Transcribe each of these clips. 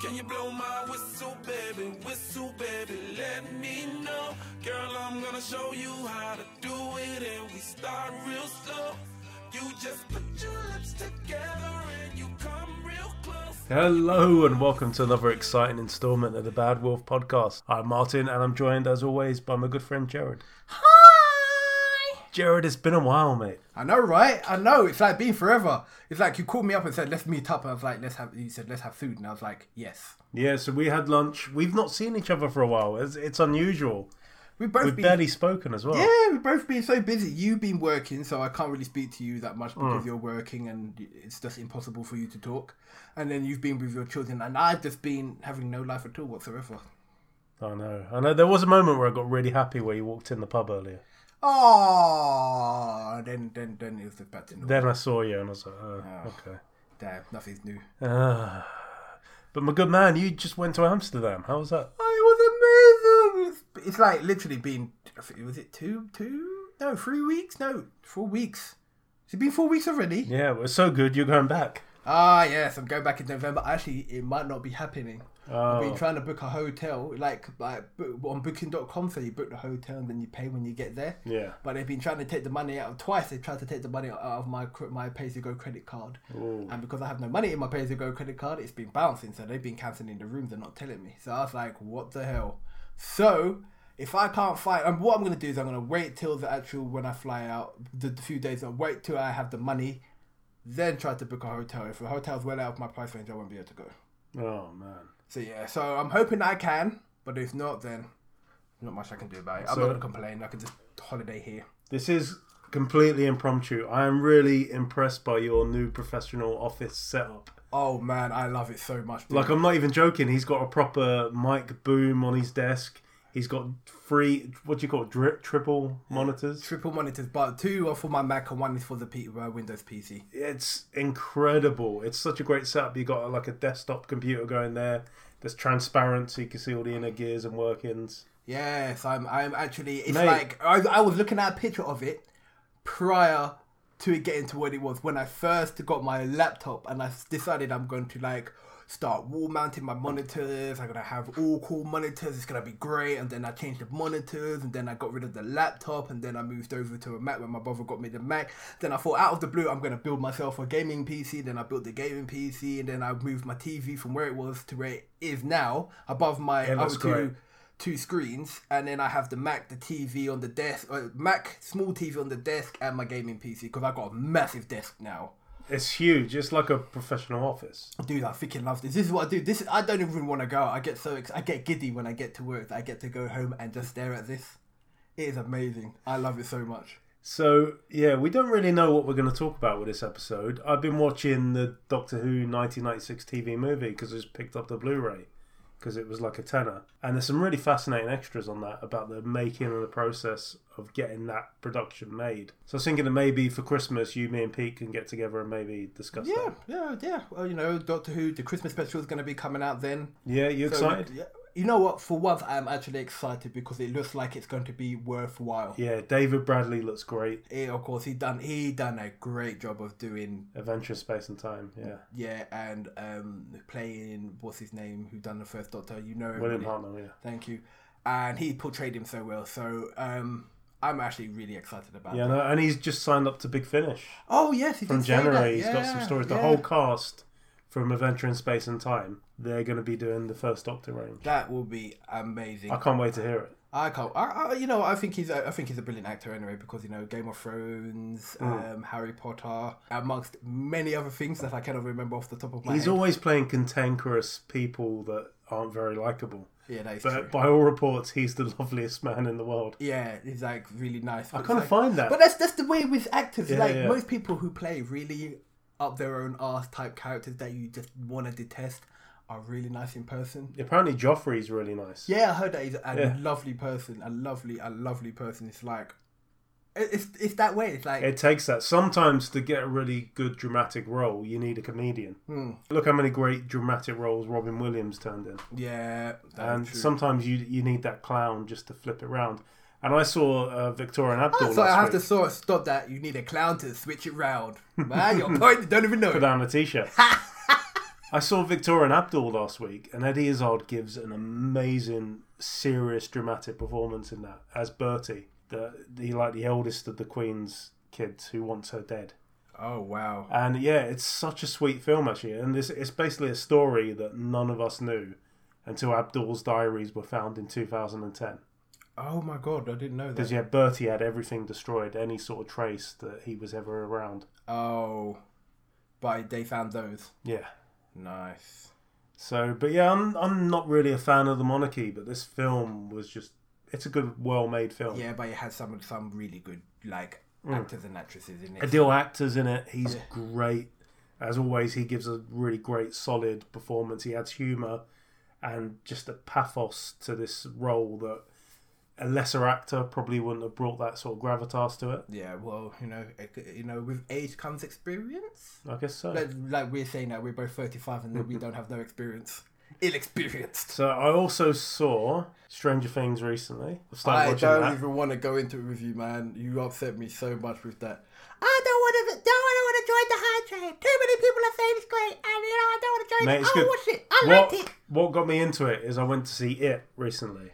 Can you blow my whistle, baby? Whistle, baby, let me know. Girl, I'm gonna show you how to do it, and we start real slow. You just put your lips together and you come real close. Hello and welcome to another exciting installment of the Bad Wolf podcast. I'm Martin and I'm joined as always by my good friend Jared. Hi! Jared, it's been a while, mate. I know, right? I know. It's like been forever. It's like you called me up and said, "Let's meet up." And I was like, "Let's have." You said, "Let's have food," and I was like, "Yes." Yeah, so we had lunch. We've not seen each other for a while. It's, it's unusual. We've both We've been. barely spoken as well. Yeah, we've both been so busy. You've been working, so I can't really speak to you that much Mm. because you're working, and it's just impossible for you to talk. And then you've been with your children, and I've just been having no life at all whatsoever. I know. I know. There was a moment where I got really happy where you walked in the pub earlier. Oh, then then then it was just back to normal. Then I saw you and I was like, oh, okay. Damn, nothing's new. Ah. But my good man, you just went to Amsterdam. How was that? Oh, it was amazing. It's, it's like literally been was it two two no three weeks no four weeks. Has it been four weeks already? Yeah, it was so good. You're going back. Ah yes, I'm going back in November. Actually, it might not be happening. I've Oh, been trying to book a hotel like like bo- on Booking.com, so you book the hotel and then you pay when you get there. yeah. But they've been trying to take the money out of twice. They tried to take the money out of my cr- my pay to go credit card, Ooh. and because I have no money in my pay to go credit card, it's been bouncing. So they've been cancelling the rooms and not telling me. So I was like, what the hell? So if I can't find, and what I'm gonna do is I'm gonna wait till the actual when I fly out, the, the few days. I'll wait till I have the money, then try to book a hotel. If the hotel's well out of my price range, I won't be able to go. Oh, man. So yeah, so I'm hoping I can, but if not, then not much I can do about it. I'm So- not gonna complain. I can just holiday here. This is completely impromptu. I am really impressed by your new professional office setup. Oh man, I love it so much. dude. Like, I'm not even joking. He's got a proper mic boom on his desk. He's got three, what do you call it, dri- triple monitors. triple monitors, but two are for my Mac and one is for the P- uh, Windows PC. It's incredible. It's such a great setup. you got like a desktop computer going there. There's transparency. You can see all the inner gears and workings. Yes, I'm. I'm actually. It's Mate. like I, I was looking at a picture of it prior to it getting to what it was when I first got my laptop, and I s- decided I'm going to like start wall mounting my monitors. I'm gonna have all cool monitors. It's gonna be great. And then I changed the monitors, and then I got rid of the laptop, and then I moved over to a Mac when my brother got me the Mac. Then I thought out of the blue, I'm gonna build myself a gaming PC. Then I built the gaming PC, and then I moved my TV from where it was to where it is now, above my Yeah, that's O2 great. two screens, and then I have the Mac, the TV on the desk, uh, Mac small TV on the desk, and my gaming PC because I got a massive desk now. It's huge. It's like a professional office. Dude, I freaking love this. This is what I do. This I don't even want to go. out. I get so ex- I get giddy when I get to work. that I get to go home and just stare at this. It is amazing. I love it so much. So yeah, we don't really know what we're going to talk about with this episode. I've been watching the Doctor Who 1996 TV movie because I just picked up the Blu-ray because it was like a tenner, and there's some really fascinating extras on that about the making and the process of getting that production made. So I was thinking that maybe for Christmas, you, me, and Pete can get together and maybe discuss Yeah, that. yeah, yeah. Well, you know, Doctor Who, the Christmas special is going to be coming out then. Yeah, you So, excited? yeah. You know what? For once, I'm actually excited because it looks like it's going to be worthwhile. yeah, David Bradley looks great. He, of course, he done he done a great job of doing Adventure, space, and time. Yeah, Yeah, and um, playing what's his name, who done the first Doctor, you know, William everybody. Hartnell. Yeah. Thank you, and he portrayed him so well. So um, I'm actually really excited about. Yeah, it. no, and he's just signed up to Big Finish. Oh yes, he from did say that. January. He's got some Yeah, stories. The yeah. whole cast from Adventure in Space and Time, they're going to be doing the first Doctor range. That will be amazing. I can't wait to hear it. I can't. I, I, you know, I think he's. A, I think he's a brilliant actor anyway, because you know, Game of Thrones, Mm. um, Harry Potter, amongst many other things that I cannot remember off the top of my He's head. always playing cantankerous people that aren't very likable. yeah, that is true. But by all reports, he's the loveliest man in the world. Yeah, he's like really nice. I but it's kind of like- find that. But that's that's the way with actors. Yeah, like yeah. most people who play really up their own ass type characters that you just want to detest are really nice in person. Apparently, Joffrey's really nice. Yeah, I heard that he's a Yeah. lovely person, a lovely, a lovely person. It's like it- it's it's that way. It's like It takes that. Sometimes to get a really good dramatic role, you need a comedian. hmm, Look how many great dramatic roles Robin Williams turned in. yeah, that's and true. sometimes you you need that clown just to flip it round. And I saw uh, Victoria and Abdul. so last I have week. to sort of stop that. You need a clown to switch it round. Man, your point, you don't even know. put it. down a t-shirt. I saw Victoria and Abdul last week, and Eddie Izzard gives an amazing, serious, dramatic performance in that as Bertie, the, the like the eldest of the Queen's kids who wants her dead. Oh wow. And yeah, it's such a sweet film actually, and this it's basically a story that none of us knew until Abdul's diaries were found in 2010. Oh my god, I didn't know Because that. yeah, Bertie had everything destroyed, any sort of trace that he was ever around. Oh, but they found those. Yeah. Nice. So, but yeah, I'm I'm not really a fan of the monarchy, but this film was just it's a good, well-made film. Yeah, but it has some some really good like Mm. actors and actresses in it. Adil actors in it. He's great as always. He gives a really great, solid performance. He adds humor and just a pathos to this role that a lesser actor probably wouldn't have brought that sort of gravitas to it. Yeah, well, you know, it- you know, with age comes experience. I guess so. Like, like we're saying that we're both thirty-five and then we don't have no experience. Ill-experienced. So I also saw Stranger Things recently. I've started I watching don't that. even want to go into it with you, man. You upset me so much with that. I don't want to. Don't want to join the high train. Too many people are saying it's great, and you know I don't want to join Mate, it. it's I good. watched it. I what, liked it. what got me into it is I went to see it recently,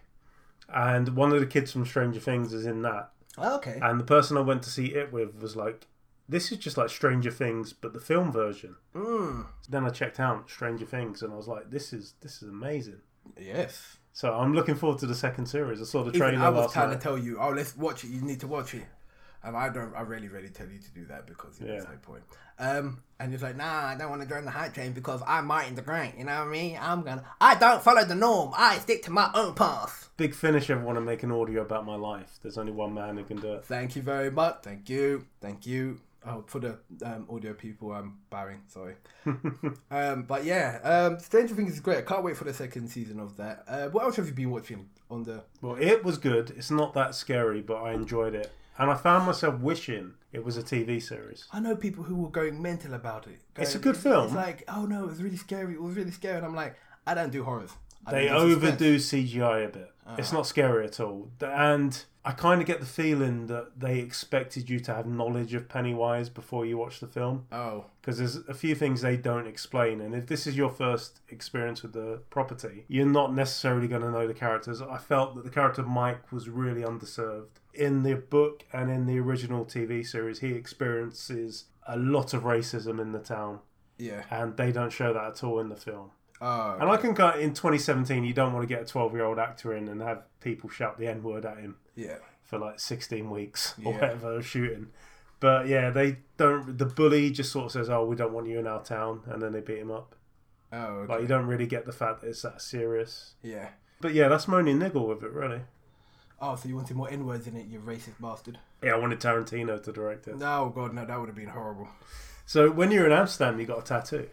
and one of the kids from Stranger Things is in that. Oh, okay. And the person I went to see it with was like, "This is just like Stranger Things, but the film version." Mm. Then I checked out Stranger Things, and I was like, "This is this is amazing." Yes. So I'm looking forward to the second series. I saw the Even trailer I was last trying night. to tell you, oh, let's watch it. You need to watch it, and I don't. I really, really tell you to do that because you know, there's Yeah. no point. Um, and you're like, nah, I don't want to join the hype train because I'm Martin the Great. You know what I mean? I'm gonna. I don't follow the norm. I stick to my own path. Big finish. Ever want to make an audio about my life? There's only one man who can do it. Thank you very much. Thank you. Thank you. Oh, for the um, audio people, I'm bowing. Sorry. um, but yeah, um, Stranger Things is great. I can't wait for the second season of that. Uh, what else have you been watching on the? Well, it was good. It's not that scary, but I enjoyed it, and I found myself wishing it was a TV series. I know people who were going mental about it. It's a going- good film. It's like, oh no, it was really scary. It was really scary, and I'm like, I don't do horrors. I They don't do suspense. overdo CGI a bit. It's not scary at all. And I kind of get the feeling that they expected you to have knowledge of Pennywise before you watch the film Oh, because there's a few things they don't explain. And if this is your first experience with the property, you're not necessarily going to know the characters. I felt that the character Mike was really underserved. In the book and in the original TV series, he experiences a lot of racism in the town, yeah. and they don't show that at all in the film. Oh, And I can go in 2017. You don't want to get a 12 year old actor in and have people shout the N word at him yeah. for like 16 weeks or Yeah. whatever of shooting. But yeah, they don't. The bully just sort of says, "Oh, we don't want you in our town," and then they beat him up. Oh, okay. Like you don't really get the fact that it's that serious. yeah. But yeah, that's my only niggle with it, really. Oh, so you wanted more N words in it, you racist bastard? Yeah, I wanted Tarantino to direct it. No, God, no, that would have been horrible. So when you're in Amsterdam, you got a tattoo.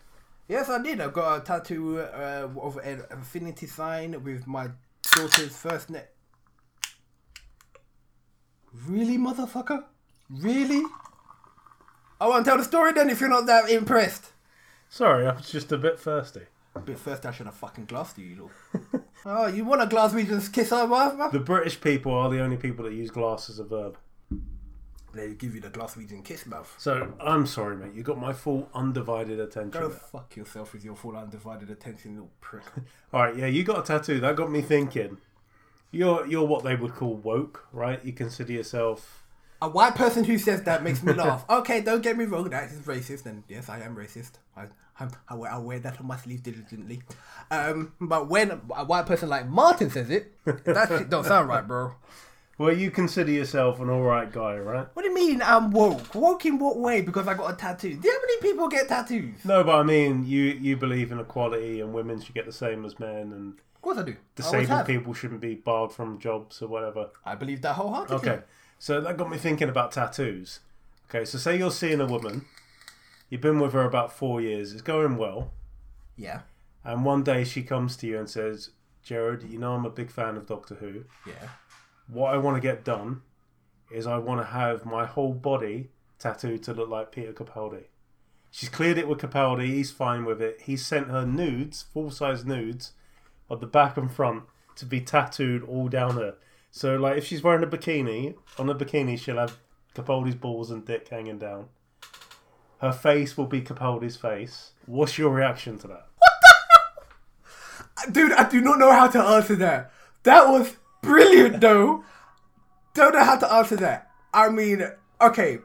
Yes, I did. I've got a tattoo uh, of an affinity sign with my daughter's first name. Really, motherfucker? Really? I won't tell the story then if you're not that impressed. Sorry, I was just a bit thirsty. But first, I should have fucking glassed you, you lot. oh, you want a glass region's kiss over? bruv? The British people are the only people that use glass as a verb. They give you the glass region kiss, mouth. So I'm sorry, mate. You got my full undivided attention. Go there. fuck yourself with your full undivided attention, little prick. All right, yeah, you got a tattoo. That got me thinking. You're you're what they would call woke, right? You consider yourself. a white person who says that makes me laugh. Okay, don't get me wrong, that is racist, and yes, I am racist. I, I'm, I, wear, I wear that on my sleeve diligently. Um, but when a white person like Martin says it, that shit don't sound right, bro. Well, you consider yourself an all right guy, right? What do you mean I'm woke? Woke in what way? Because I got a tattoo. Do you know how many people get tattoos? Of No, but I mean, you you believe in equality and women should get the same as men, and course I do. I always disabled have. people shouldn't be barred from jobs or whatever. I believe that wholeheartedly. Okay, so that got me thinking about tattoos. Okay, so say you're seeing a woman, you've been with her about four years, it's going well, Yeah. and one day she comes to you and says, "Jared, you know I'm a big fan of Doctor Who." Yeah. what I want to get done is I want to have my whole body tattooed to look like Peter Capaldi. She's cleared it with Capaldi. He's fine with it. He sent her nudes, full size nudes, of the back and front to be tattooed all down her. So, like, if she's wearing a bikini, on the bikini, she'll have Capaldi's balls and dick hanging down. Her face will be Capaldi's face. What's your reaction to that? Dude, I do not know how to answer that. That was brilliant, though. Don't know how to answer that. I mean, okay.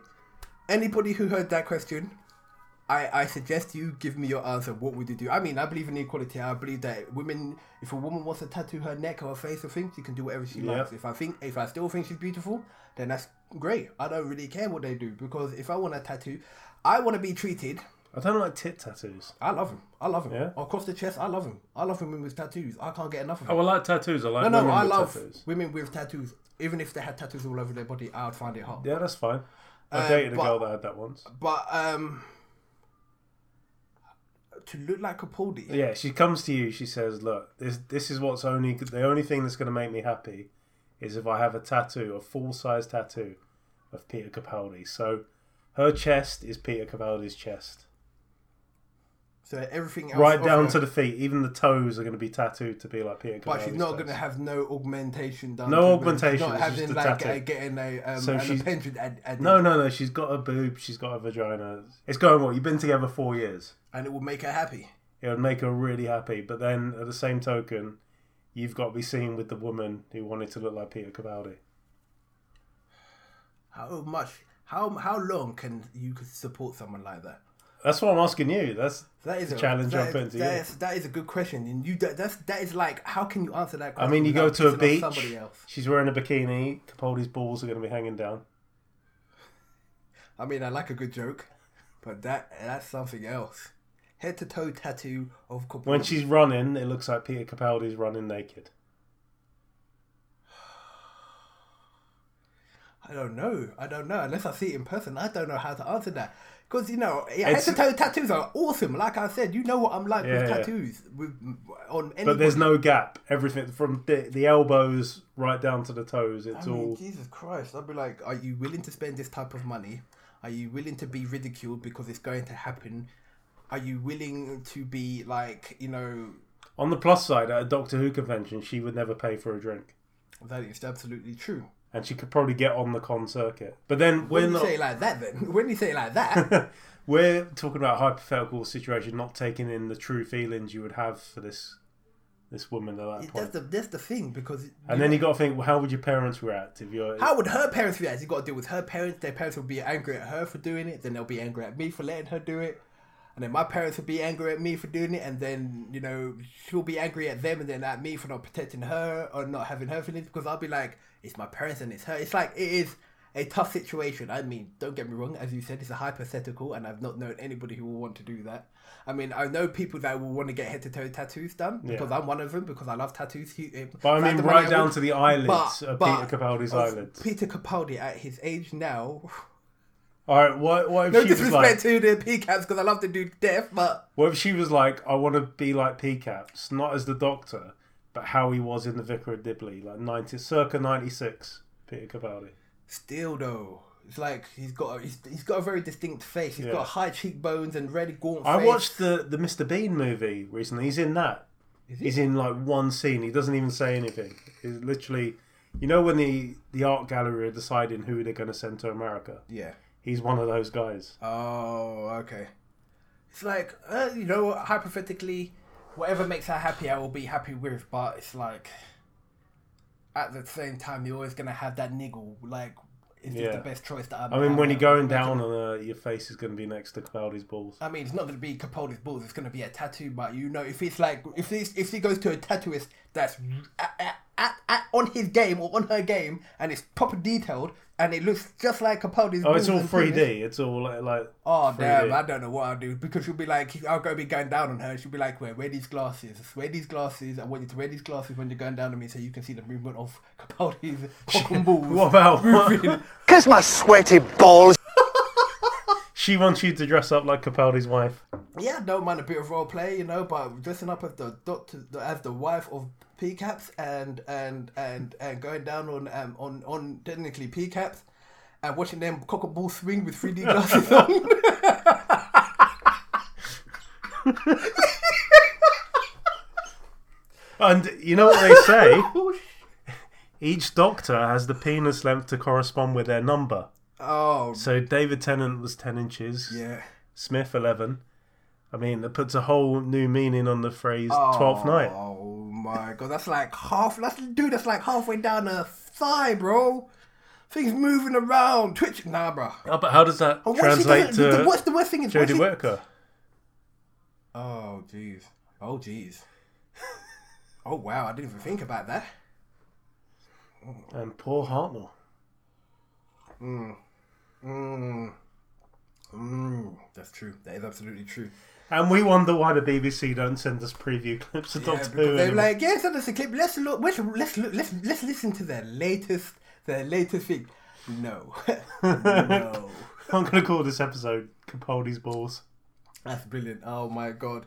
Anybody who heard that question, I, I suggest you give me your answer. What would you do? I mean, I believe in equality. I believe that women, if a woman wants to tattoo her neck or her face or things, she can do whatever she likes. If I think, if I still think she's beautiful, then that's great. I don't really care what they do because if I want a tattoo, I want to be treated I don't like tit tattoos. I love him. I love him. Yeah? Across the chest, I love him. I love women with tattoos. I can't get enough of Oh, him. I like tattoos. I like No, no, women I with love tattoos. women with tattoos. Even if they had tattoos all over their body, I would find it hard. Yeah, that's fine. I Uh, dated a but- girl that had that once. But um, to look like Capaldi, Yeah, she comes to you. She says, "Look, this this is what's only the only thing that's going to make me happy is if I have a tattoo, a full size tattoo of Peter Capaldi." So, her chest is Peter Capaldi's chest, so everything else right of down her- to the feet. Even the toes are going to be tattooed to be like Peter. Capaldi's But she's not toes. going to have no augmentation done. No to her. augmentation, She's not it's having just a like tattoo. uh, getting a um, So an she's- appendage ad- added, No, no, no. She's got a boob. She's got a vagina. It's going well. You've been together four years. and it will make her happy. it would make her really happy. But then at the same token, you've got to be seen with the woman who wanted to look like Peter Capaldi. How much? How how long can you support someone like that? That's what I'm asking you. That's That is The a challenge that I'm is- putting to that you. is- that is a good question, and you that, that's that is like how can you answer I that? question mean, you go without to a pissing off beach. Somebody else. She's wearing a bikini. Capaldi's balls are going to be hanging down. I mean, I like a good joke, but that that's something else. Head to toe tattoo of Capaldi. When she's running, it looks like Peter Capaldi's running naked. I don't know. I don't know. Unless I see it in person, I don't know how to answer that. Because you know, head It's- to toe tattoos are awesome. Like I said, you know what I'm like Yeah, with yeah. tattoos with on any. But there's no gap. Everything from the, the elbows right down to the toes. It's I mean, all. Jesus Christ! I'd be like, are you willing to spend this type of money? Are you willing to be ridiculed because it's going to happen? Are you willing to be like, you know, On the plus side, at a Doctor Who convention, she would never pay for a drink. that is absolutely true. And she could probably get on the con circuit. But then we're When you not. say it like that, then when you say it like that, We're talking about a hypothetical situation, not taking in the true feelings you would have for this this woman at that that's point. the that's the thing because. And then you got to think, well, how would your parents react if you're? how would her parents react? You got to deal with her parents. Their parents will be angry at her for doing it. Then they'll be angry at me for letting her do it. And then my parents will be angry at me for doing it. And then, you know, she'll be angry at them and then at me for not protecting her or not having her feelings because I'll be like, it's my parents and it's her. It's like, it is a tough situation. I mean, don't get me wrong. As you said, it's a hypothetical. And I've not known anybody who will want to do that. I mean, I know people that will want to get head to toe tattoos done because I'm one of them because I love tattoos. but I mean, right down to the eyelids, But- uh, but- Peter Capaldi's of eyelids. Peter Capaldi at his age now. All right, what, what if No she was disrespect like, to the PCAPs because I love the dude to death, but what if she was like, I want to be like P-Caps, not as the Doctor, but how he was in the Vicar of Dibley, like ninety, circa ninety six, Peter Capaldi. still though. It's like he's got a, he's, he's got a very distinct face. He's Yeah. got high cheekbones and red gaunt. I face. watched the the Mr Bean movie recently. He's in that. he? He's in like one scene. He doesn't even say anything. He's literally, you know, when the the art gallery are deciding who they're going to send to America. Yeah. He's one of those guys. Oh, okay. It's like uh, you know, hypothetically, whatever makes her happy, I will be happy with. But it's like, at the same time, you're always gonna have that niggle. Like, is Yeah. this the best choice that I'm? I mean, when I'm you're going making? down on a, your face is going to be next to Capaldi's balls. I mean, it's not going to be Capaldi's balls. It's going to be a tattoo. But you know, if it's like if it's, if he goes to a tattooist that's Mm-hmm. at, at, at, at- on his game or on her game, and it's proper detailed, and it looks just like Capaldi's. Oh, it's all balls and penis- 3D. It's all like, like Oh 3D. damn! I don't know what I'll do because she'll be like, I'll go be going down on her. and She'll be like, "Wear, wear these glasses. Wear these glasses. I want you to wear these glasses when you're going down on me, so you can see the movement of Capaldi's fucking balls." What about moving." Kiss my sweaty balls. she wants you to dress up like Capaldi's wife? Yeah, I don't mind a bit of role play, you know, but dressing up as the doctor, as the wife of P Caps, and and and and going down on um on on technically P Caps, and watching them cock a ball swing with three D glasses on. And you know what they say? oh, Each doctor has the penis length to correspond with their number. So David Tennant was 10 inches. Oh, yeah. Smith eleven. I mean, that puts a whole new meaning on the phrase twelfth night. Oh my god, that's like half. That's dude. That's like halfway down the thigh, bro. Things moving around, twitching. Nah, bro. Oh, but how does that But what she translate doesn't- the- the- to what's the worst thing is what Jodie she- Whittaker? Oh jeez. Oh jeez. oh wow, I didn't even think about that. And Paul Hartnell. Mm, that's true. That is absolutely true. And we wonder why the BBC don't send us preview clips of Yeah, Doctor Who. because they're anymore. like, yeah, send us a clip. Let's look. Let's let's look, let's let's listen to their latest their latest thing. No, no, I'm going to call this episode Capaldi's Balls. that's brilliant. Oh my god.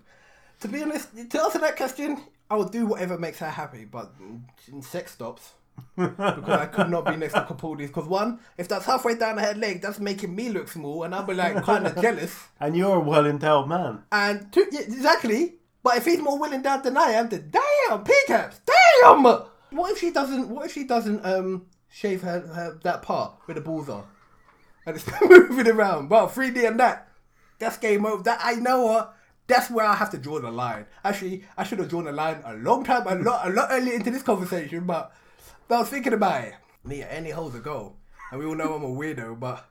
To be honest, to answer that question, I will do whatever makes her happy, but mm, sex stops. because I could not be next to Capaldi's. Because one, if that's halfway down her leg, that's making me look small, and I'll be like kind of jealous. And you're a well endowed man. And two, yeah, exactly. But if he's more willing down than I am, then damn, P-caps, damn. What if she doesn't? What if she doesn't um shave her, her that part where the balls are, and it's moving around? Well, 3D and that, that's game over. That I know her. That's where I have to draw the line. Actually, I should have drawn the line a long time, a lot, a lot earlier into this conversation. But I was thinking about it. Me, any hole's a goal, and we all know I'm a weirdo. But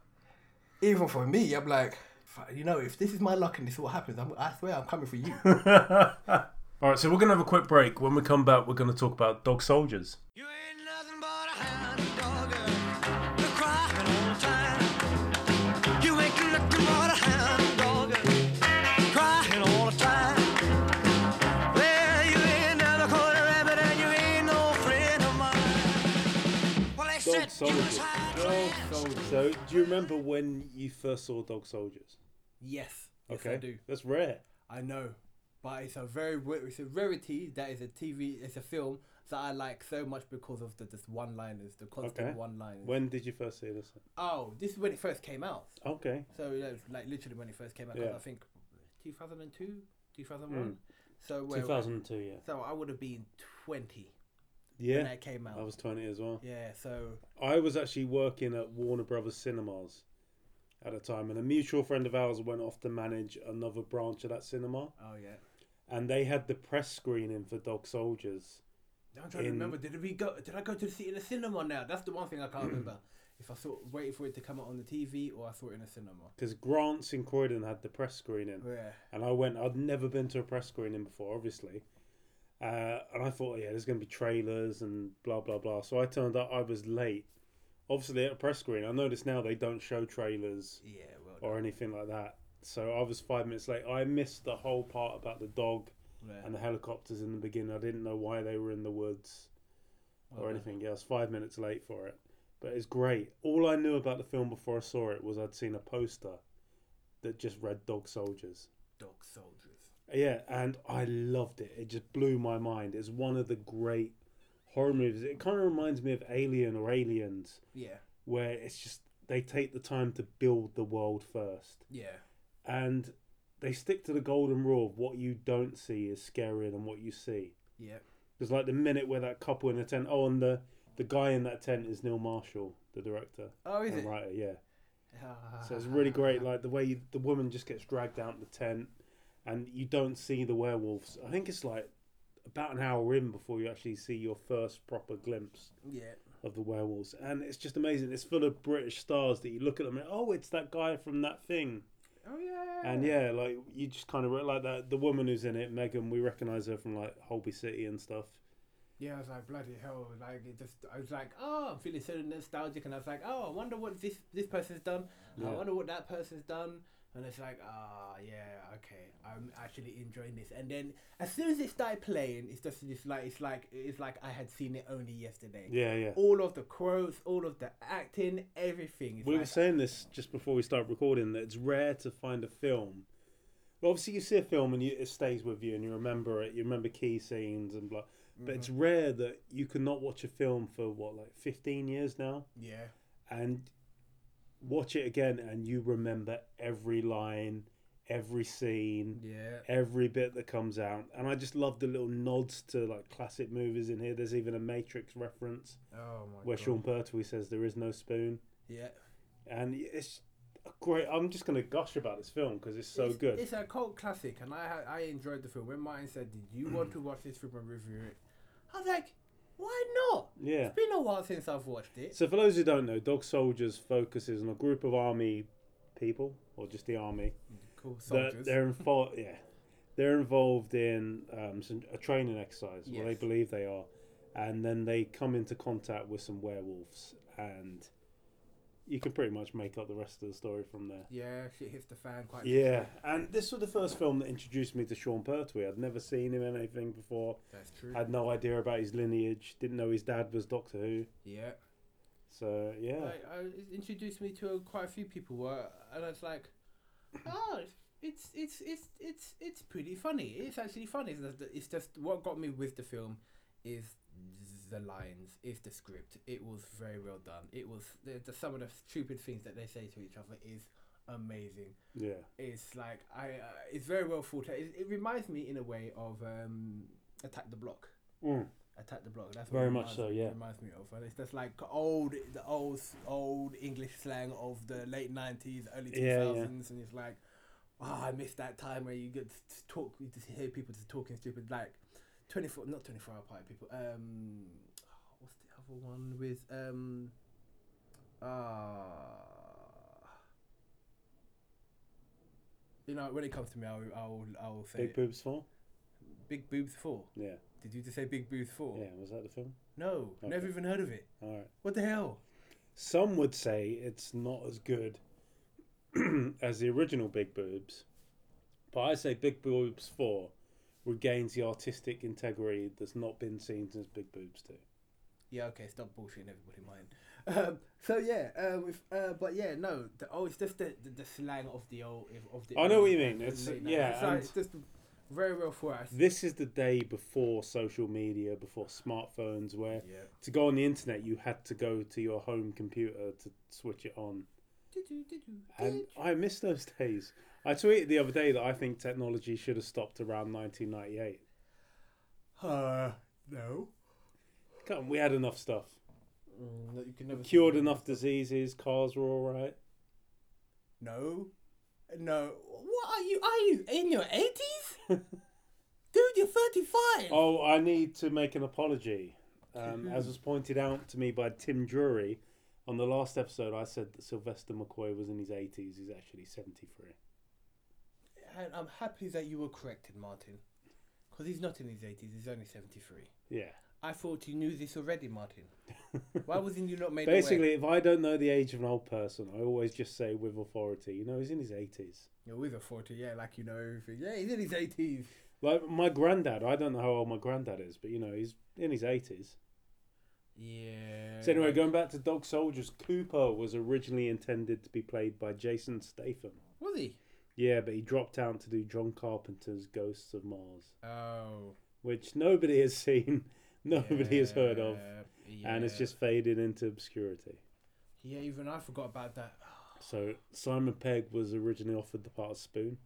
even for me, I'm like, "Fuck, you know, if this is my luck and this is what happens, I'm, I swear I'm coming for you. All right, so we're going to have a quick break. When we come back, we're going to talk about dog soldiers. You ain't nothing but a hound dog, a crying all the time. You ain't nothing but a hound dog, crying all the time. Well, you ain't never caught a rabbit, and you ain't no friend of mine. Well, they said you was high class. So, do you remember when you first saw Dog Soldiers? yes, yes, Okay, I do. that's rare. I know, but it's a very ra- it's a rarity that is a TV, it's a film that I like so much because of the just one liners, the constant Okay. one liners. When did you first see this? Oh, this is when it first came out. Okay. So yeah, it's like literally when it first came out, 'cause Yeah. Mm. I think 2002, 2001. So where, 2002, yeah. So I would have been 20 Yeah. when that came out. I was 20 as well. yeah, so I was actually working at Warner Brothers Cinemas at the time, and a mutual friend of ours went off to manage another branch of that cinema, oh yeah. and they had the press screening for Dog Soldiers. I'm trying in- to remember. Did we go? Did I go to see it in the cinema now? That's the one thing I can't remember. If I saw waited for it to come out on the TV or I saw it in the cinema. Because Grants in Croydon had the press screening, Yeah. and I went. I'd never been to a press screening before, obviously, uh, and I thought, yeah, there's going to be trailers and blah blah blah. So I turned up. I was late. Obviously, at a press screen, I notice now they don't show trailers. Yeah. Well. or anything like that. So I was five minutes late. I missed the whole part about the dog Yeah. and the helicopters in the beginning. I didn't know why they were in the woods or anything else. Five minutes late for it. But it's great. All I knew about the film before I saw it was I'd seen a poster that just read Dog Soldiers. Dog soldiers. Yeah, and I loved it. It just blew my mind. It's one of the great horror movies. It kind of reminds me of Alien or Aliens, Yeah. where it's just they take the time to build the world first Yeah. and they stick to the golden rule of what you don't see is scarier than what you see. Yeah. Because like the minute where that couple in the tent, oh, and the the guy in that tent is Neil Marshall, the director Oh, is and it? writer, yeah. Ah, So it's really great, like the way you, the woman just gets dragged out the tent, and you don't see the werewolves. I think it's like about an hour in before you actually see your first proper glimpse yeah. of the werewolves, and it's just amazing. It's full of British stars that you look at them and oh, it's that guy from that thing. Oh yeah. And yeah, like you just kind of re- like that. The woman who's in it, Megan, we recognise her from like Holby City and stuff. Yeah. I was like bloody hell. Like it just. I was like, oh, I'm feeling so nostalgic, and I was like, oh, I wonder what this this person's done. I wonder what that person's done. And it's like, ah, yeah, okay, I'm actually enjoying this. And then as soon as it started playing, it's just it's like it's like it's like I had seen it only yesterday. Yeah, yeah. All of the quotes, all of the acting, everything. It's We were like, saying this just before we start recording that it's rare to find a film. Well, obviously, you see a film and you, it stays with you and you remember it. You remember key scenes and blah. But it's rare that you cannot watch a film for what like fifteen years now yeah, and watch it again and you remember every line, every scene. yeah, every bit that comes out and i just love the little nods to like classic movies in here there's even a matrix reference oh my where god, sean pertwee says there is no spoon yeah. and it's great i'm just going to gush about this film because it's so it's, good It's a cult classic, and I ha- I enjoyed the film. When Martin said, "Did you want to watch this film and review it?" I was like, why not? Yeah. It's been a while since I've watched it. So, for those who don't know, Dog Soldiers focuses on a group of army people, or just the army, Cool that soldiers. they're involved. Yeah, they're involved in um, some, a training exercise. Well, they Yes. believe they are, and then they come into contact with some werewolves, and you can pretty much make up the rest of the story from there. Yeah, shit hits the fan quite. Yeah, and this was the first film that introduced me to Sean Pertwee. I'd never seen him in anything before. That's true. had no idea about his lineage. Didn't know his dad was Doctor Who. yeah. So yeah, Like, I, it introduced me to quite a few people, where, and I was like, oh, it's it's it's it's it's pretty funny. It's actually funny. It's just, it's just what got me with the film is the lines, is the script. It was very well done. It was the, the some of the stupid things that they say to each other is amazing. yeah, It's like I, uh, it's very well thought. out. It, it reminds me in a way of um, Attack the Block. Mm. Attack the Block. That's Very what it much so, reminds- yeah. Reminds me of, and it's just like old, the old, old English slang of the late nineties, early two Yeah, yeah. thousands, and it's like, ah, I miss that time where you get to talk, you just hear people just talking stupid, like twenty four, not twenty four hour party people. Um, what's the other one with um, uh you know, when it comes to me, I'll, I'll, I'll say big it. boobs for Big Boobs 4. yeah, Did you just say Big Boobs 4? yeah. Was that the film? No, never even heard of it. All right. What the hell? Some would say it's not as good as the original Big Boobs, but I say Big Boobs 4 regains the artistic integrity that's not been seen since Big Boobs 2. Yeah, okay, stop bullshitting everybody, mind. Um, so yeah, uh, with, uh, but yeah, no. The, oh, it's just the, the, the slang of the old of the. I know what you old- mean. the It's- late yeah, nineties. It's, like, and- it's just very well for us. This is the day before social media, before smartphones, where Yeah. to go on the internet you had to go to your home computer to switch it on. And I miss those days. I tweeted the other day that I think technology should have stopped around 1998. Uh, no. Come on, we had enough stuff. no. Mm, You can never cured enough diseases, cars were all right. No, no. What are you? Are you in your eighties? Dude, you're thirty-five. Oh, I need to make an apology. Um, as was pointed out to me by Tim Drury on the last episode, I said that Sylvester McCoy was in his 80s. He's actually 73. And I'm happy that you were corrected, Martin. Because he's not in his 80s, he's only 73. Yeah. I thought you knew this already, Martin. Why wasn't you not made Basically, if I don't know the age of an old person, I always just say with authority, you know, he's in his 80s. You're with a 40, yeah, like you know everything. Yeah, he's in his 80s. Like my granddad, I don't know how old my granddad is, but you know, he's in his 80s. Yeah. So, anyway, going back to Dog Soldiers, Cooper was originally intended to be played by Jason Statham. Was he? Yeah, but he dropped out to do John Carpenter's Ghosts of Mars, Oh. which nobody has seen, nobody has heard of, yeah. and it's just faded into obscurity. Yeah, even I forgot about that. So Simon Pegg was originally offered the part of Spoon.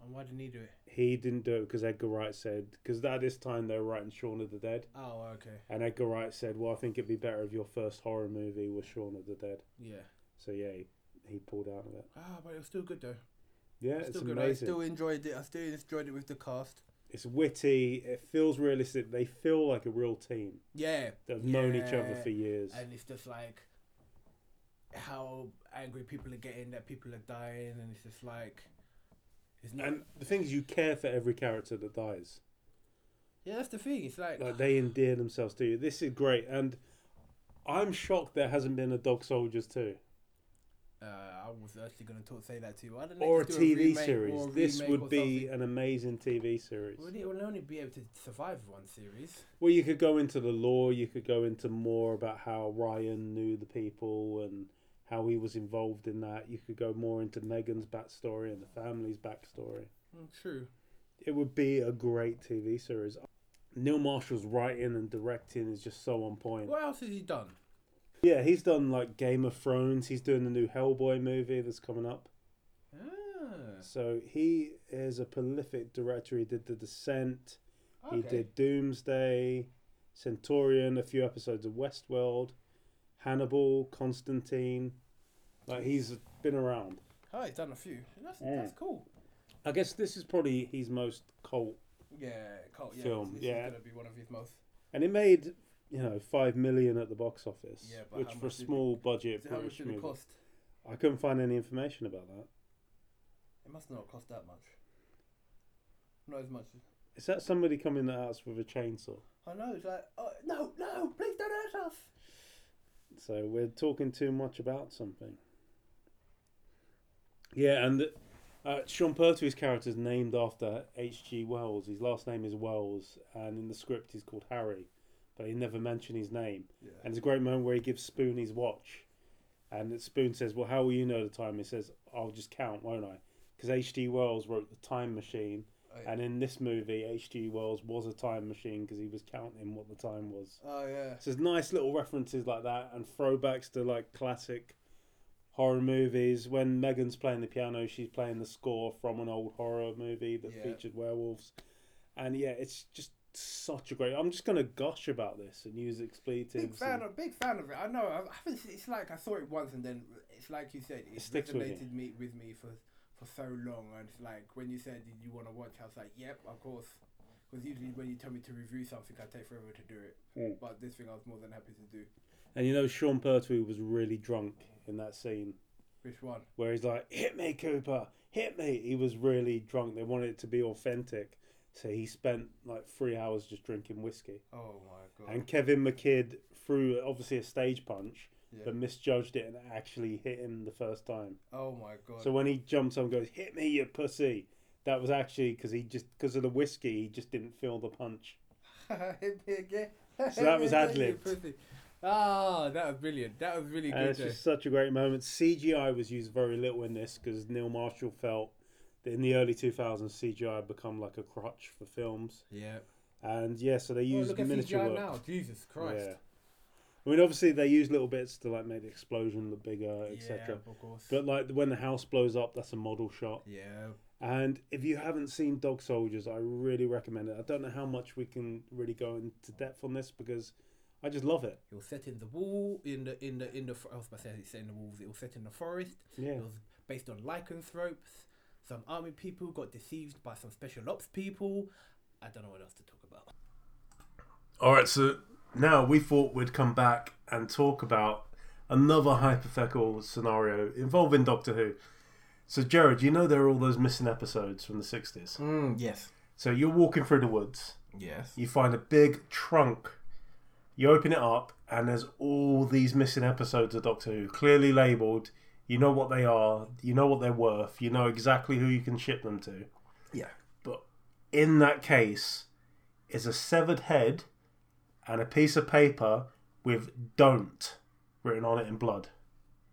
And why didn't he do it? He didn't do it because Edgar Wright said, because at this time they were writing Shaun of the Dead, Oh, okay. and Edgar Wright said, well, I think it'd be better if your first horror movie was Shaun of the Dead. Yeah. So yeah, he, he pulled out of it. Ah, but it was still good though. Yeah, Still it's good. amazing. I still enjoyed it. I still enjoyed it with the cast. It's witty. It feels realistic. They feel like a real team Yeah. that have known each other Yeah. for years. and it's just like how angry people are getting that people are dying, and it's just like it's not. And the thing is, you care for every character that dies. yeah, that's the thing. It's like, Like they endear themselves to you. This is great, and I'm shocked there hasn't been a Dog Soldiers two uh, I was actually going to talk say that to you. Why don't they or a just do TV remake or series. a This remake or would be something? an amazing TV series. Well, they will only be able to survive one series. Well, you could go into the lore. You could go into more about how Ryan knew the people and how he was involved in that. You could go more into Megan's backstory and the family's backstory. true. it would be a great TV series. Neil Marshall's writing and directing is just so on point. What else has he done? Yeah, he's done like Game of Thrones. He's doing the new Hellboy movie that's coming up. Ah, So he is a prolific director. He did The Descent. He okay. did Doomsday, Centurion, a few episodes of Westworld, Hannibal, Constantine. Like he's been around. Oh, he's done a few. That's Yeah. that's cool. I guess this is probably his most cult Yeah, Cole, yeah, Film, This yeah. is going to be one of his most. and it made you know five million at the box office, Yeah, but which how for a much did it- small budget Is it how much British did it movie, cost? I couldn't find any information about that. It must not have cost that much. Not as much. Is that somebody coming at us with a chainsaw? I know. It's like, oh, no, no, please don't hurt us. So we're talking too much about something. Yeah, and uh, Sean Pertwee's character is named after H.G. Wells. His last name is Wells, and in the script he's called Harry, but he never mentioned his name. And it's a great moment where he gives Spoon his watch, and Spoon says, "Well, how will you know the time?" He says, "I'll just count, won't I?" Because H.G. Wells wrote the Time Machine, and in this movie, H.G. Wells was a time machine because he was counting what the time was. Oh yeah. So there's nice little references like that and throwbacks to like classic horror movies. When Megan's playing the piano, she's playing the score from an old horror movie that Yeah. featured werewolves. And yeah, it's just such a great. I'm just gonna gush about this and use Big expletives. fan and- of big fan of it. I know. I haven't. seen- It's like I saw it once, and then it's like you said, it, sticks with you. resonated me with me for for so long. And it's like when you said did you want to watch, I was like, yep, of course. Because usually when you tell me to review something, I take forever to do it. Mm. But this thing, I was more than happy to do. and you know, Sean Pertwee was really drunk in that scene Which one? where he's like, "Hit me, Cooper, hit me." He was really drunk. They wanted it to be authentic, so he spent like three hours just drinking whiskey. Oh my god. And Kevin McKidd threw obviously a stage punch, but misjudged it and actually hit him the first time. Oh my god. So when he jumps up and goes, "Hit me, you pussy," that was actually because he just because of the whiskey, he just didn't feel the punch. Hit me again. So that was You ad-libbed. pussy. Ah, that was brilliant. That was really And good. it's though. just such a great moment. CGI was used very little in this because Neil Marshall felt that in the early 2000s CGI had become like a crutch for films. Yeah. And yeah, so they Oh, used look at miniature CGI work. now. Jesus Christ. Yeah. I mean, obviously they use little bits to like make the explosion look bigger, etc. of course. But like when the house blows up, that's a model shot. yeah. And if you haven't seen Dog Soldiers, I really recommend it. I don't know how much we can really go into depth on this because I just love it. It was set in the wall in the in the in the. fo- I was about to say it's set in the walls. It was set in the forest. Yeah. It was based on lycanthropes. Some army people got deceived by some special ops people. I don't know what else to talk about. All right, so now we thought we'd come back and talk about another hypothetical scenario involving Doctor Who. So, Jared, you know there are all those missing episodes from the 60s. Mm. yes. So, you're walking through the woods, Yes. you find a big trunk, you open it up, and there's all these missing episodes of Doctor Who clearly labeled. You know what they are, you know what they're worth, you know exactly who you can ship them to. Yeah. But in that case, is a severed head and a piece of paper with "don't" written on it in blood.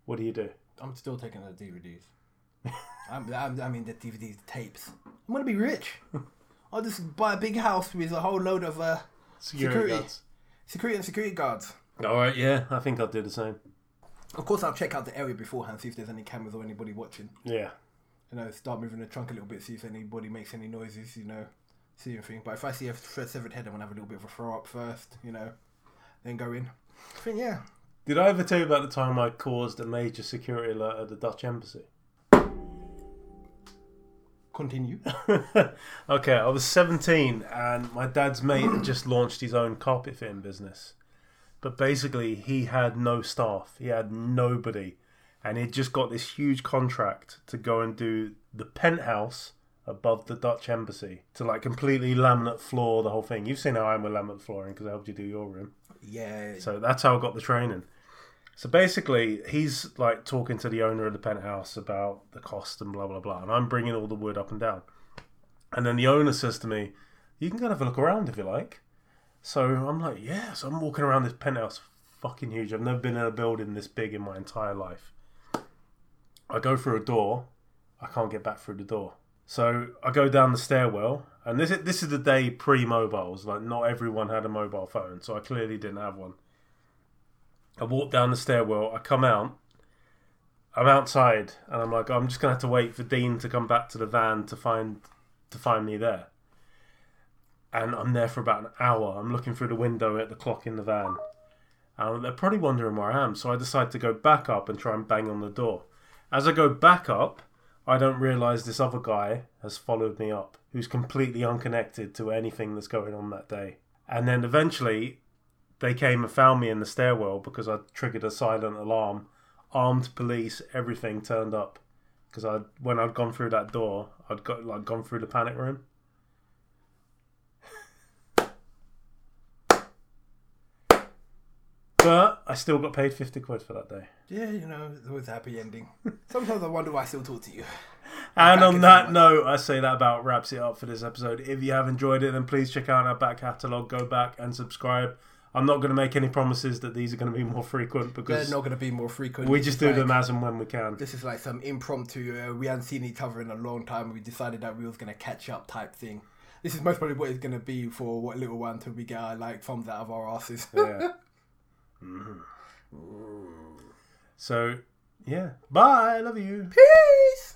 What do you do? I'm still taking the DVDs. I'm, I'm, I mean the DVDs, the tapes. I'm gonna be rich. I'll just buy a big house with a whole load of uh, Security. guards. security and security guards. All right, yeah, I think I'll do the same. Of course, I'll check out the area beforehand, see if there's any cameras or anybody watching. Yeah, you know, start moving the trunk a little bit, see if anybody makes any noises, you know, see anything. But if I see a f- severed head, I'm gonna have a little bit of a throw up first, you know, then go in. I think yeah. Did I ever tell you about the time I caused a major security alert at the Dutch embassy? Continue. okay, I was 17 and my dad's mate had just launched his own carpet fitting business. But basically, he had no staff, he had nobody. And he'd just got this huge contract to go and do the penthouse above the Dutch embassy to like completely laminate floor the whole thing. You've seen how I'm with laminate flooring because I helped you do your room. yeah. So that's how I got the training. So basically, he's like talking to the owner of the penthouse about the cost and blah blah blah, and I'm bringing all the wood up and down. And then the owner says to me, "You can go and have a look around if you like." So I'm like, "Yeah." So I'm walking around this penthouse, fucking huge. I've never been in a building this big in my entire life. I go through a door, I can't get back through the door. So I go down the stairwell, and this is, this is the day pre-mobiles. Like not everyone had a mobile phone, so I clearly didn't have one. I walk down the stairwell. I come out. I'm outside, and I'm like, I'm just gonna have to wait for Dean to come back to the van to find to find me there. And I'm there for about an hour. I'm looking through the window at the clock in the van, and they're probably wondering where I am. So I decide to go back up and try and bang on the door. As I go back up, I don't realise this other guy has followed me up, who's completely unconnected to anything that's going on that day. And then eventually they came and found me in the stairwell because I triggered a silent alarm. Armed police, everything turned up. Because I, when I'd gone through that door, I'd got like gone through the panic room. But I still got paid fifty quid for that day. Yeah, you know, it's always a happy ending. Sometimes I wonder why I still talk to you. And on is that somewhere. note, I say that about wraps it up for this episode. If you have enjoyed it, then please check out our back catalogue, go back and subscribe. I'm not going to make any promises that these are going to be more frequent They're because not going to be more frequent. we It's just do like- them as and when we can. This is like some impromptu. Uh, we hadn't seen each other in a long time. We decided that we was gonna catch up type thing. This is most probably what it's gonna be for what little one till we get our like thumbs out of our asses. Yeah. Mhm. So, yeah. Bye. Love you. Peace.